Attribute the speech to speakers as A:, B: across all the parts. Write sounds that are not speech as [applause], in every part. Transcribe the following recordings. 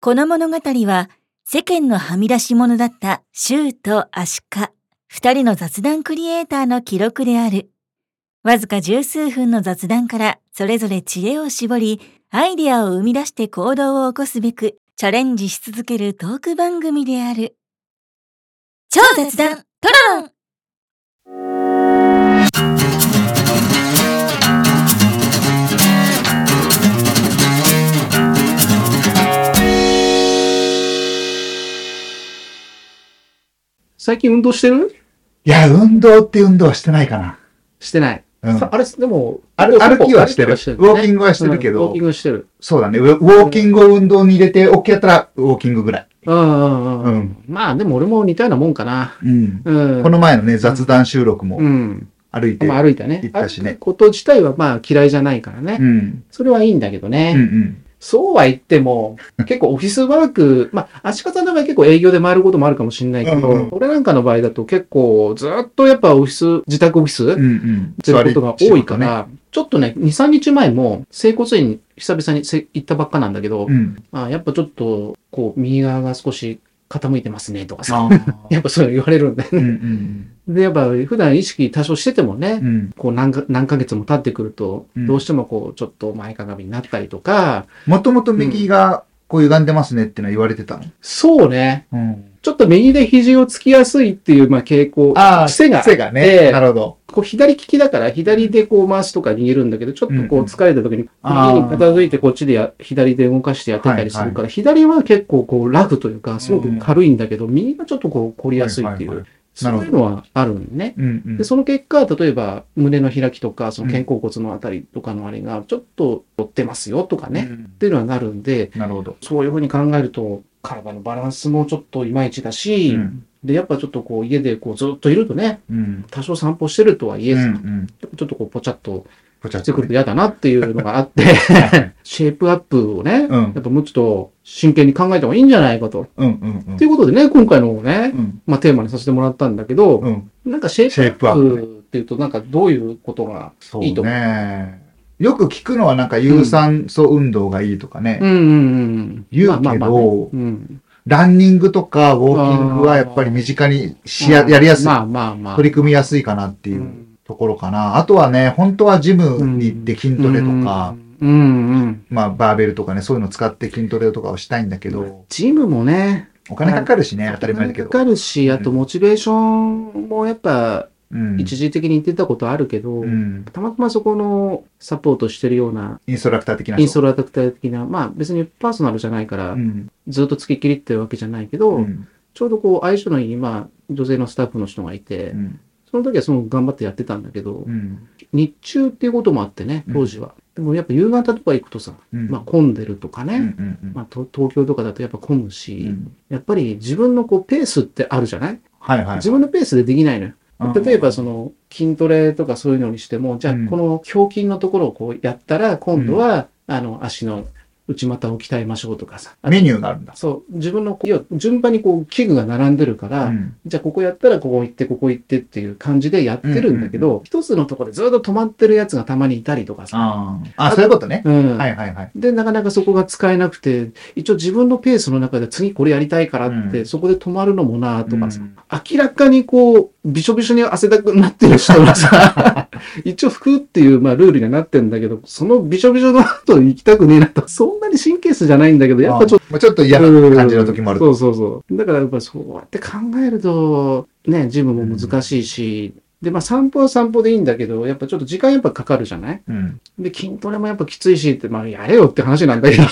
A: この物語は世間のはみ出し者だったシューとアシカ、二人の雑談クリエイターの記録である。わずか十数分の雑談からそれぞれ知恵を絞り、アイデアを生み出して行動を起こすべくチャレンジし続けるトーク番組である。超雑談トロロン
B: 最近運動してる
C: いや、運動って運動はしてないかな。
B: してない。
C: うん
B: さあれ、でも、
C: あれ歩きはしてる
B: よね
C: ウォーキングはしてるけど
B: うんウォーキングしてる。
C: そうだね。ウェウォーキングを運動に入れて、OK やったらウォーキングぐらい。
B: うんうんう。
C: うんん。
B: まあ、でも俺も似たようなもんかな。
C: うん。
B: うん。
C: この前のね、雑談収録
B: う
C: も
B: ん。
C: 歩いて。
B: まあ、歩いたね。
C: 行ったしね
B: 歩くこと自体はまあ嫌いじゃないからね。
C: うん。
B: それはいいんだけど
C: う
B: ね。
C: んうん。
B: そうは言っても、結構オフィスワーク、まあ、足利さんの場合結構営業で回ることもあるかもしれないけど、
C: うんうん
B: 俺なんかの場合だと結構ずっとやっぱオフィス、自宅オフィス、
C: うんうん。
B: ってことが多いか
C: 座り仕
B: ら、ちょっとね、2、3日前も、整骨院に久々にせ行ったばっかなんだけど、
C: 事ね。うん。
B: まあ、やっぱちょっと、こう、右側が少し傾いてますね、とかさ、
C: あ
B: やっぱそう言われるんだよ
C: う
B: ね。
C: んうん
B: で、やっぱ普段意識多少しててもね、
C: うん。うん。
B: こう何か何ヶ月も経ってくると、
C: うん
B: どうしてもこう、ちょっと前かがみになったりとか、
C: もともと右がこう歪んでますねってのは言われてたの。
B: そうね、
C: うん。
B: ちょっと右で肘をつきやすいっていう、まあ、傾向、
C: あ
B: 癖が
C: 癖が
B: ええ
C: ね。なるほど。
B: こう左利きだから左でこう回すとか握るんだけど、ちょっと
C: うん
B: こ
C: う
B: うん疲れた時に、
C: あー
B: 右に片付いてこっちでや左で動かしてやってたりするから、左は結構こうラフというか、すごく軽いんだけど、右がちょっとこう凝りやすいっていう、
C: ははは
B: そ
C: な
B: う
C: るほ
B: い
C: ど
B: うのはあるんね。
C: うんうん
B: で、。その結果、例えば胸の開きとか、その肩甲骨のあたりとかのあれが、ちょっと寄ってますよとかね、
C: う
B: っ
C: ん。
B: ていうのはなるんで、
C: なるほど。
B: そういうふうに考えると、体のバランスもちょっといまいちだ
C: う
B: し、
C: ん。
B: で、やっぱちょっとこう家でこうずっといるとね、
C: うん。
B: 多少散歩してるとはいえ
C: う
B: さ、
C: んうん。
B: ちょっとこう、ぽちゃっと
C: こちら
B: してくると嫌だなっていうのがあ
C: [laughs]
B: って、シェイプアップをね、
C: う
B: や
C: ん
B: っぱ [laughs] もうちょっと真剣に考えた方がいいんじゃないかと。
C: うんうんうん
B: ということでね、今回のね
C: う、ん。
B: まあテーマにさせてもらったんだけど、
C: うん。
B: なんかシェイ
C: シェイ
B: プ
C: プ
B: ア
C: ア
B: ッ
C: ッ
B: プっていうと、なんかどういうことが、
C: そう
B: いいと思
C: ね。よく聞くのはなんか有酸素運動がいいとかね、
B: うんうんうん。
C: 言うけど
B: まあまあまあねうん
C: ランニングとかウォーキングはやっぱり身近にしや
B: うん
C: やりやすい、
B: まあまあまあ。
C: 取り組みやすいかなっていうところかな。あとはね、本当はジムに行って筋トレとか、
B: うんうんうん。
C: まあバーベルとかね、そういうの使って筋トレとかをしたいんだけど、
B: ジムもね、
C: お金かかるしね、当たり前だけ
B: お
C: ど。
B: 金かかるし、あとモチベーションもやっぱ
C: うん。
B: 一時的に言ってたことあるけど、
C: うん
B: たまたまそこのサポートしてるような
C: インストラクター的な人。
B: インストラクター的な、まあ別にパーソナルじゃないから、
C: うん。
B: ずっとつきっきりってわけじゃないけど、
C: うん。
B: ちょうどこう相性のいい、まあ女性のスタッフの人がいて、
C: うん。
B: その時はその頑張ってやってたんだけど、
C: うん。
B: 日中っていうこともあってね、当時は。でもやっぱ夕方とか行くとさ、
C: うん。
B: まあ混んでるとかね、
C: うんうんうん
B: まあと東京とかだとやっぱ混むし、
C: うん
B: やっぱり自分のこうペースってあるじゃない、
C: はいはい。
B: 自分のペースでできないのよ。
C: うん
B: 例えばその筋トレとかそういうのにしても、じゃあ
C: うん
B: この胸筋のところをこうやったら、今度は、あの足の内股を鍛えましょうとかさ。あと
C: メニューがあるんだ。
B: そう、自分のこう、要は順番にこう器具が並んでるから、
C: うん
B: じゃあここやったらここ行って、ここ行ってっていう感じでやってるんだけど、一つのところでずっと止まってるやつがたまにいたりとかさ。
C: あーあ、そういうことね。
B: うん。
C: はいはいはい。
B: で、なかなかそこが使えなくて、一応自分のペースの中で次これやりたいからって、
C: うん
B: そこで止まるのもなとかさ、
C: うん
B: 明らかにこう、びしょびしょに汗だくになってる人がさ、
C: [laughs]
B: 一応服っていう、まあ、ルールにはなってんだけど、そのびしょびしょの後行きたくねえなと、そんなに神経質じゃないんだけど、やっぱちょっと、
C: まあちょっと嫌な感じの時もある
B: う。んそうそうそう。だからやっぱそうやって考えると、ね、ジムも難しいし、で、まあ散歩は散歩でいいんだけど、やっぱちょっと時間やっぱかかるじゃない
C: うん。
B: で、筋トレもやっぱきついしって、まあ、やれよって話なんだけ
C: [laughs]
B: ど。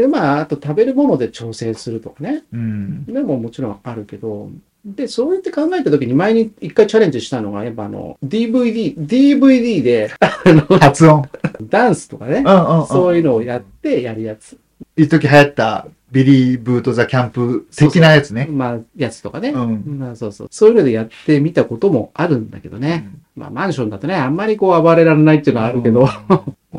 B: で、まあ、あと食べるもので調整するとかね。
C: うん。
B: でももちろんあるけど。で、そうやって考えた時に前に一回チャレンジしたのが、やっぱあの、DVD、DVD で、 [laughs] あの、[laughs]
C: 発音。
B: ダンスとかね
C: う。んうんうん。
B: そういうのをやってやるやつ。
C: 一時流行った、ビリーブートザキャンプ的なやつね。
B: まあ、やつとかね。
C: うん。
B: まあそうそう。そういうのでやってみたこともあるんだけどね。まあマンションだとね、あんまりこう暴れられないっていうのはあるけど。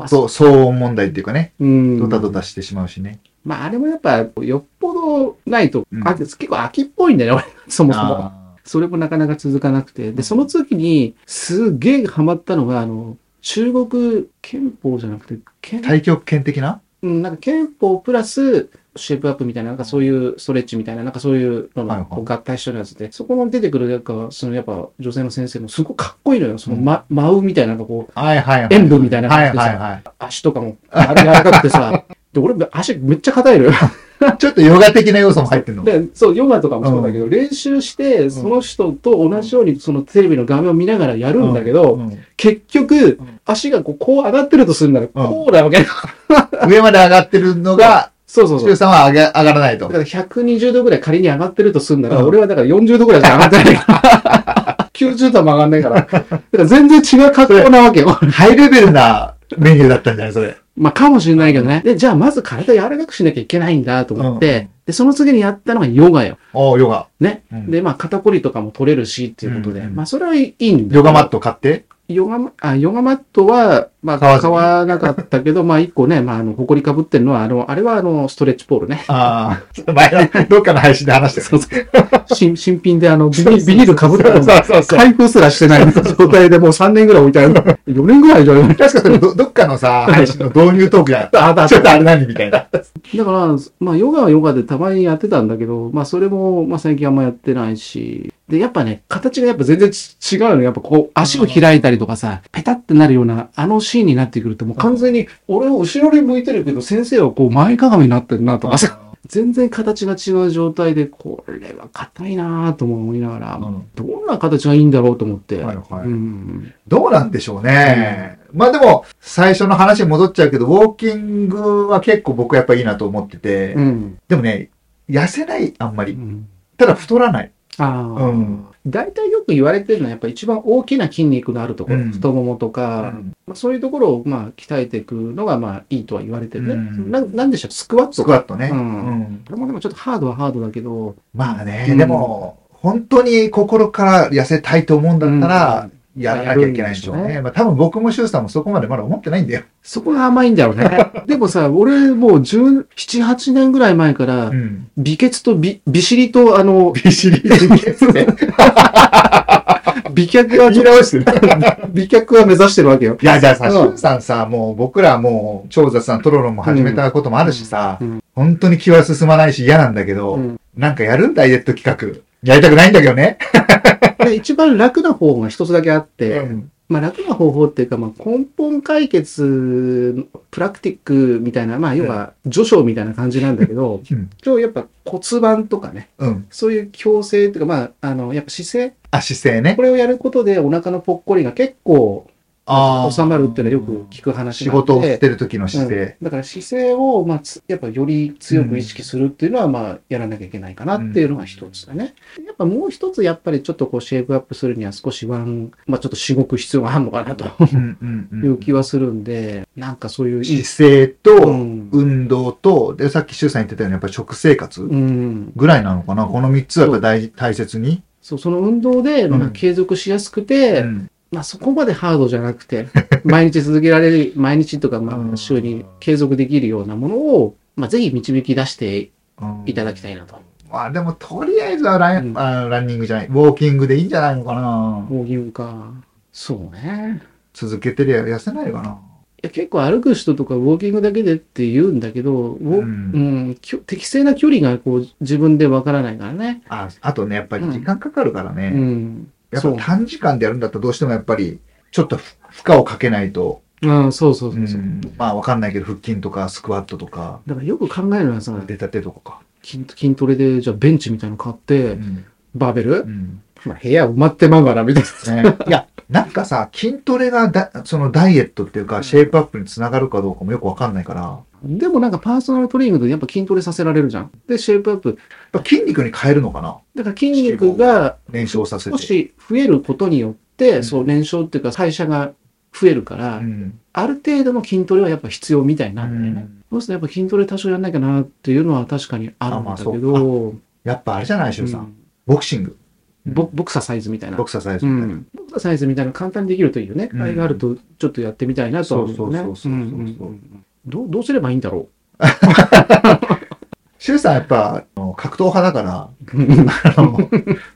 C: そう、騒音問題っていうかね、
B: うん。
C: ドタドタしてしまうしね。
B: まあ、あれもやっぱ、よっぽどないと、
C: うん
B: あ結構飽きっぽいんだよね、俺、そもそも。
C: あ
B: それもなかなか続かなくて。
C: う
B: で、
C: ん
B: その時に、すげえハマったのが、あの、中国憲法じゃなくて、
C: ー
B: 憲、
C: 太極拳的な
B: うんなんか憲法プラス、シェイプアップみたいな、なんかそういうストレッチみたいな、なんかそういうの
C: はいは
B: が
C: い
B: こう合体してるやつで、そこの出てくる、なんか、そのやっぱ女性の先生もすごいかっこいいのよ。その、ま、舞うみたいな、なんかこう、
C: はいはいはい。
B: 演舞みたいな
C: は
B: 感
C: い
B: じで
C: はい
B: さ、
C: はい。
B: 足とかもあれ柔らかくてさ、で、俺足めっちゃ硬いのよ。
C: ちょっとヨガ的な要素も入ってるの。
B: でそう、ヨガとかもそうだけど、練習して、その人と同じようにそのテレビの画面を見ながらやるんだけど、
C: うん
B: 結局
C: うん、
B: 足がこうこう上がってるとするなら、こうな
C: [laughs]
B: わけ。
C: 上まで上がってるのが、
B: そうそうそう
C: 周。さんは上げ上がらないと
B: だ。から120度ぐらい仮に上がってるとすんなら、
C: うん
B: 俺はだから40度ぐらいしか上がってない
C: [laughs]
B: から。90度も上がんないから。だから全然違う格好なわけよ。
C: ハイレベルなメニューだったんじゃないそれ。
B: [laughs] まあかもしれないけどね。で、じゃあまず体柔らかくしなきゃいけないんだと思っ
C: うん
B: て、で、その次にやったのがヨガよ。
C: [laughs] おうヨガ。
B: ね。
C: うん
B: で、まあ肩こりとかも取れるしっていうことで、
C: うん
B: まあそれはいいんだ
C: ヨガマット買 [laughs] って。
B: ヨガマ、あ、ヨガマットは、まあ
C: 買わず
B: 買わなかったけど、まあ一個ね、まああの、埃かぶってるのは、あの、あれはあの、ストレッチポールね。
C: ああ、前のどっかの配信で話して
B: そうそう新新品であのビニ、ビニールかぶって
C: た
B: る
C: よ。そうそうそう。
B: 開封すらしてない状態でもう3年ぐらい置いてある。4年ぐらいじゃない
C: 確かそれどどっかのさ、配信の導入トークじゃん。
B: あだ
C: [laughs] ちょっとあれ何みたいな。
B: だから、まあ、ヨガはヨガでたまにやってたんだけど、まあ、それも、まあ、最近あんまやってないし。で、やっぱね、形がやっぱ全然ち違うの。やっぱこう、足を開いたりとかさ、ペタってなるような、あのシーンになってくると、もう完全に、俺を後ろに向いてるけど、先生はこう、前かがみになってるなとかさ、全然形が違う状態で、これは硬いなぁとも思いながら、
C: うん
B: どんな形がいいんだろうと思って。
C: はいはい
B: うん。
C: どうなんでしょうね。まあでも、最初の話に戻っちゃうけど、ウォーキングは結構僕やっぱいいなと思ってて、
B: うん。
C: でもね、痩せない、あんま
B: う
C: り。
B: ん
C: ただ太らない。
B: ああ、
C: うん。
B: 大体よく言われてるのはやっぱ一番大きな筋肉のあるところ、
C: うん
B: 太ももとか、まあ、そういうところをまあ鍛えていくのがまあいいとは言われてるね。
C: うん
B: ななんでしょう、スクワッ
C: ス
B: ト
C: クワットね。
B: うん
C: うん
B: これもでもちょっとハードはハードだけど、
C: まあね、
B: うん
C: でも、本当に心から痩せたいと思うんだったら、やらなきゃいけないでしょう
B: やるんで
C: ね。
B: し
C: まあ多分僕もシュウさんもそこまでまだ思ってないんだよ。
B: そこが甘いんだろうね。でもさ、俺もう17、8年ぐらい前から
C: う、ん。
B: 美血と美、美尻とあの、
C: ビシリビシリですね。
B: 美脚はちょっ
C: 直してる。
B: と、美脚は目指してるわけよ。
C: [laughs] いや、じゃあさ、
B: うん
C: シュンさんさ、もう僕らもう、超雑さん、トロロンも始めたこともあるしさ、
B: うんうん
C: 本当に気は進まないし嫌なんだけど、
B: うん
C: なんかやるんダイエット企画。やりたくないんだけどね。
B: で一番楽な方法が一つだけあって、
C: うん
B: まあ楽な方法っていうか、まあ根本解決、プラクティックみたいな、まあ要は序章みたいな感じなんだけ
C: [laughs]
B: ど、
C: うん
B: 今日やっぱ骨盤とかね、
C: うん。
B: そういう矯正というか、まあ、あの、やっぱ姿勢、
C: あ、姿勢ね
B: こ。れをやることでお腹のぽっこりが結構
C: あー
B: 収まるっていうのはよく聞く話
C: 仕
B: なんで
C: 事をしてる時の姿勢。
B: うんだから姿勢を、まあ、つやっぱより強く意識するっていうのは、まあ、やらなきゃいけないかなっていうのが一つだね。やっぱもう一つ、やっぱりちょっとこう、シェイプアップするには少しワン、まあ、ちょっとしごく必要があるのかなと
C: うんうんうん
B: いう気はするんで、なんかそういういい、
C: 姿勢
B: う
C: と、
B: ん、
C: 運動と、で、さっきシュウさん言ってたように、やっぱ食生活
B: うん、
C: ぐらいなのかな。この3つはやっぱ大大切に。
B: そう、その運動で、ま
C: う
B: あ、
C: ん
B: 継続しやすくて、
C: うん
B: まあそこまでハードじゃなくて、 [laughs] 毎日続けられる、毎日とか
C: う
B: ま
C: ん
B: あ週に継続できるようなものを、まあぜひ導き出して
C: うん
B: いただきたいなと。
C: まあでも、とりあえずはラン,、
B: うん
C: あランニングじゃない、ウォーキングでいいんじゃないのかな。
B: もう義務か。そうね。
C: 続けてりゃ痩せないかな。
B: いや結構歩く人とかウォーキングだけでって言うんだけど、ウォ
C: う
B: うんんきょ適正な距離がこう自分でわからないからね。
C: ああとね、やっぱり時間かかるから
B: う
C: ね。
B: ん。
C: やっぱ
B: そう
C: 短時間でやるんだったらどうしてもやっぱり、ちょっとふ負荷をかけないと、
B: うん、そうそう
C: う
B: そうそう。
C: んまあわかんないけど、腹筋とかスクワットとか、
B: だからよく考えるのはさ、
C: 腕立てとかか。
B: 筋筋トレで、じゃあベンチみたいなの買っ
C: う
B: て、
C: ん
B: バーベ
C: う
B: ル、
C: ん
B: まあ、部屋埋まってまうから、みたいな。
C: ね、いや、なんかさ、筋トレがだ、そのダイエットっていう
B: う
C: か、
B: ん
C: シェイプアップにつながるかどうかもよくわかんないから、や
B: でもなんかパーソナルトレーニングでやっぱ筋トレさせられるじゃん。で、シェイプアップ。
C: っぱ筋肉に変えるのかな
B: だから筋肉が
C: 燃焼させ
B: 少
C: て。
B: し増えることによって、
C: ん
B: そう燃焼っていうか代謝が増えるから、
C: うん
B: ある程度の筋トレはやっぱ必要みたいなんだよ
C: う
B: ね。
C: ん
B: そうするとやっぱ筋トレ多少やんなきゃなっていうのは確かにあるんだけど、
C: やっぱあれじゃない、シュウ
B: う
C: さん。
B: ん
C: ボクシング。
B: ボボクサーサイズみたいな。
C: ボクサーサイズ
B: う
C: みたいな。
B: ん、ボクサーサイズみたいなの簡単にできるといいよね。
C: うん
B: あれがあるとちょっとやってみたいなとは思うよね。
C: そうそうそうそうそう
B: うんうんうんどうどうすればいいんだろ
C: シュウさんやっぱ、あの格闘派だから、
B: う。
C: あの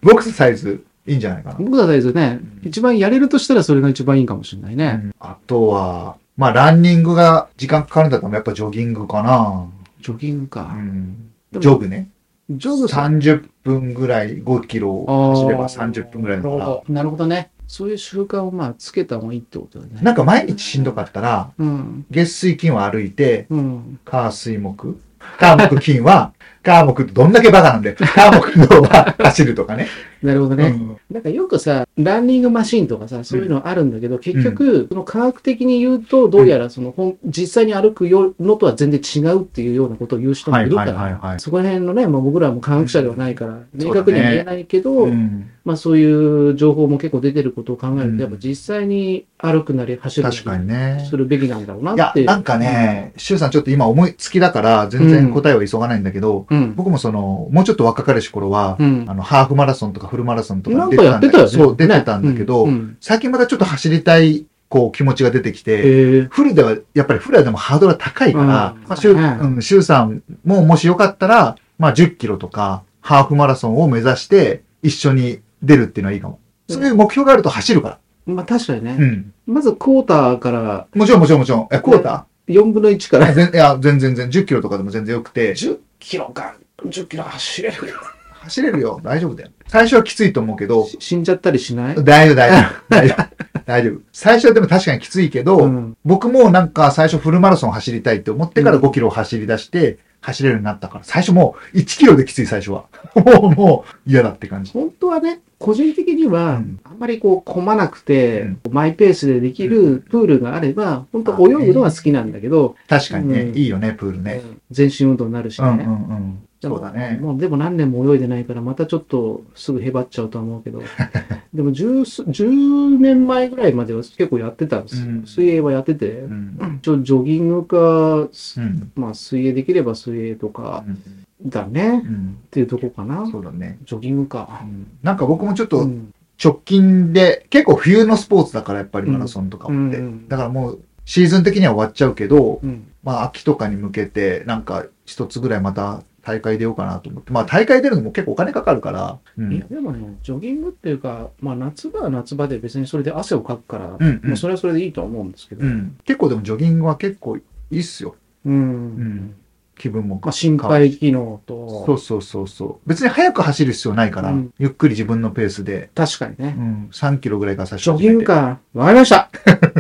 C: ボクサーサイズいいんじゃないかな。
B: 僕だったらですね、
C: うん
B: 一番やれるとしたらそれが一番いいかもしれないうね。
C: んあとは、まあランニングが時間かかるんだったらやっぱジョギングかな。
B: ジョギング
C: う
B: か。
C: ん
B: でも
C: ジョグね。
B: ジョグさん
C: 30分ぐらい、5キロ走れば
B: あー
C: 30分ぐらい
B: なる
C: のか
B: ほど。なるほどね。そういう習慣をまあつけた方がいいってことだね。
C: な。なんか毎日しんどかったら、
B: うん。
C: 月水金は歩いて、
B: うん。
C: 火水木。火木金は、 [laughs] 火木どんだけバカな
B: [laughs]
C: んで、火木土は走るとかね。
B: なるほど
C: う
B: ね。
C: ん
B: なんかよくさ、ランニングマシンとかさ、そういうのあるんだけど、結局、その科学的に言うと、どうやらその、ほん実際に歩くよのとは全然違うっていうようなことを言う人もいるか
C: はいはいはいは
B: ら、
C: い
B: そこら辺のね、まあ、僕らも科学者ではないから、明確には言えないけど、
C: うん
B: まあそういう情報も結構出てることを考える
C: うん
B: と、やっぱ実際に歩くなり走る
C: 確
B: な
C: か
B: り
C: にね
B: す。るべきなんだろうない
C: や
B: っ、て。
C: なんかね、シュウさんちょっと今思いつきだから、全然答えは急がないんだけど、
B: うん。
C: 僕もその、もうちょっと若かりし頃は、
B: うん。
C: あの、ハーフマラソンとかフルマラソンと
B: な
C: か
B: ん
C: 出
B: か
C: て
B: やっ
C: たんだ
B: て
C: け
B: たよ
C: ど、
B: ね。
C: そう、出てたんだけど
B: ねう、ん
C: 最近またちょっと走りたい、こう、気持ちが出てき
B: へ
C: て、
B: え。
C: フルでは、やっぱりフルはでもハードルは高いから、
B: うん
C: まあ、シュウ、
B: う
C: うん、シュウさんももしよかったら、まあ、10キロとか、ハーフマラソンを目指して、一緒に出るっていうのはいいかも。そういう目標があると走るか
B: まあ確かに
C: ら。
B: ね。
C: うん。
B: まずクォーターから
C: もちろんもちろんもちろん。え、クォーター
B: 4分の1か
C: いや
B: ら。
C: 全いや、全然全然、10キロとかでも全然よくて、
B: 10キロか、10キロ走れるよ。
C: 走れるよ、大丈夫だよ。最初はきついと思うけど、
B: し [laughs] 死んじゃったりしない
C: 大丈夫、大丈夫。大丈夫。大丈夫。最初はでも確かにきついけど、
B: うん。
C: 僕もなんか最初フルマラソン走りたいって思ってから
B: うん
C: 5キロ走り出して、走れるようになったから、最初もう1キロできつい最初は。 [laughs] もう、もう嫌だって感じ。
B: 本当はね、個人的に
C: う
B: は
C: ん、
B: あんまりこう、混まなくて、
C: う
B: マイペースでできるプールがあれば、本当泳ぐのは好きなんだけど、
C: 確かにね、
B: うん
C: いいよね、プールね。
B: うん全身運動になるし
C: うんうんう
B: ね。
C: ん。そうだね。
B: もうでも何年も泳いでないから、またちょっとすぐへばっちゃうとは思うけ
C: [laughs]
B: ど、でも10す、10年前ぐらいまでは結構やってたんですよ。
C: うん
B: 水泳はやってて
C: う、ん。
B: ちょジョギングか、
C: うん。
B: まあ水泳できれば水泳とかだね
C: う、ん。
B: っていうとこかな。
C: そうだね。
B: ジョギング
C: う
B: か。
C: んなんか僕もちょっ
B: う
C: と
B: ん
C: 直近で、結構冬のスポーツだからやっぱりマラソンとかもって。
B: うんうん
C: だからもうシーズン的には終わっちゃうけど、
B: うん
C: まあ、秋とかに向けて、なんか、一つぐらいまた大会出ようかなと思って。まあ、大会出るのも結構お金かかるから。う
B: いや
C: ん。
B: でもね、ジョギングっていうか、まあ、夏場は夏場で別にそれで汗をかくから、
C: うんうん
B: まあ、それはそれでいいとは思うんですけど、
C: うん。結構でもジョギングは結構いいっすよ。
B: うん
C: うん。気分も。
B: まあ、心
C: 変わる
B: 肺機能と
C: そうそうそうそう。別に早く走る必要ないから、
B: うん
C: ゆっくり自分のペースで。
B: 確かに
C: う
B: ね、
C: ん。3キロぐらいから最初
B: ジョギング。か、わかりました
C: [laughs]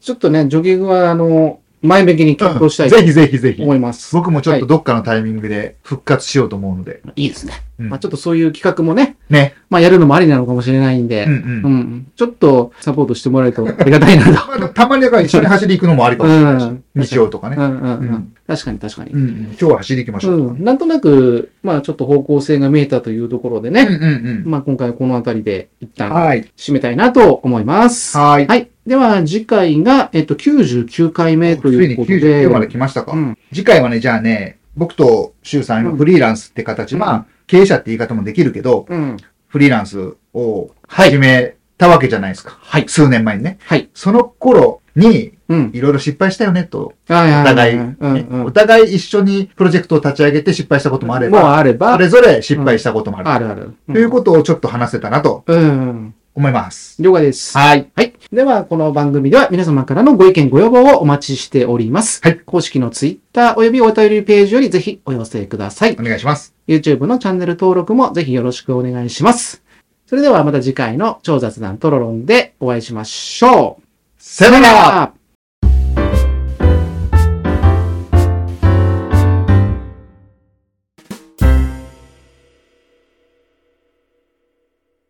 B: ちょっとね、ジョギングはあの前向きに検討したいと
C: ぜひぜひぜひ。
B: 思います。
C: 僕もちょっとどっかのタイミングで復活しようと思うので。
B: いいですね、
C: うん
B: まあ、ちょっとそういう企画もね、
C: ね。
B: まあ、やるのもありなのかもしれないんで、
C: うんう。
B: うんんうんちょっとサポートしてもらえるとありがたい
C: [laughs]
B: なと。
C: まあでもたまにだから一緒に走り行くのもありかもしれないし。
B: うん
C: 日曜とか
B: う
C: ね。
B: んうんう
C: うんん、
B: 確かに確かに。
C: うんうん。今日は走り行きましょうとか
B: う
C: ね。
B: ん、なんとなく、まあちょっと方向性が見えたというところで
C: うん
B: ね、
C: うんうん。
B: まあ今回はこの辺りで一旦
C: はい。
B: 締めたいなと思います。
C: はい。
B: では次回が、えっと、99回目と
C: つい
B: いう
C: に
B: ことで。
C: 99まで来ましたか。
B: うん
C: 次回はね、じゃあね、僕と周さん、
B: うん
C: フリーランスって形、まあ、経営者って言い方もできるけど、
B: うん。
C: フリーランスを
B: はい
C: 始めたわけじゃないですか。
B: はい。
C: 数年前にね。
B: はい。
C: その頃に、
B: うん。
C: いろいろ失敗したよね、と。
B: はい
C: お互い、
B: うんうん。
C: お互い一緒にプロジェクトを立ち上げて失敗したこともあれ
B: もう
C: ば、
B: あれ
C: そ
B: ば、
C: れぞれ失敗したこともある。
B: あるある。
C: ということをちょっと話せたなと
B: と。うん。
C: 思います。
B: 了解です。
C: はい。
B: はい。では、この番組では皆様からのご意見、ご要望をお待ちしております。
C: はい。
B: 公式のツイッターおよびお便りページよりぜひお寄せください
C: お。願いします。
B: YouTube のチャンネル登録もぜひよろしくお願いします。それではまた次回の超雑談トロロンでお会いしましょう。
C: さよなら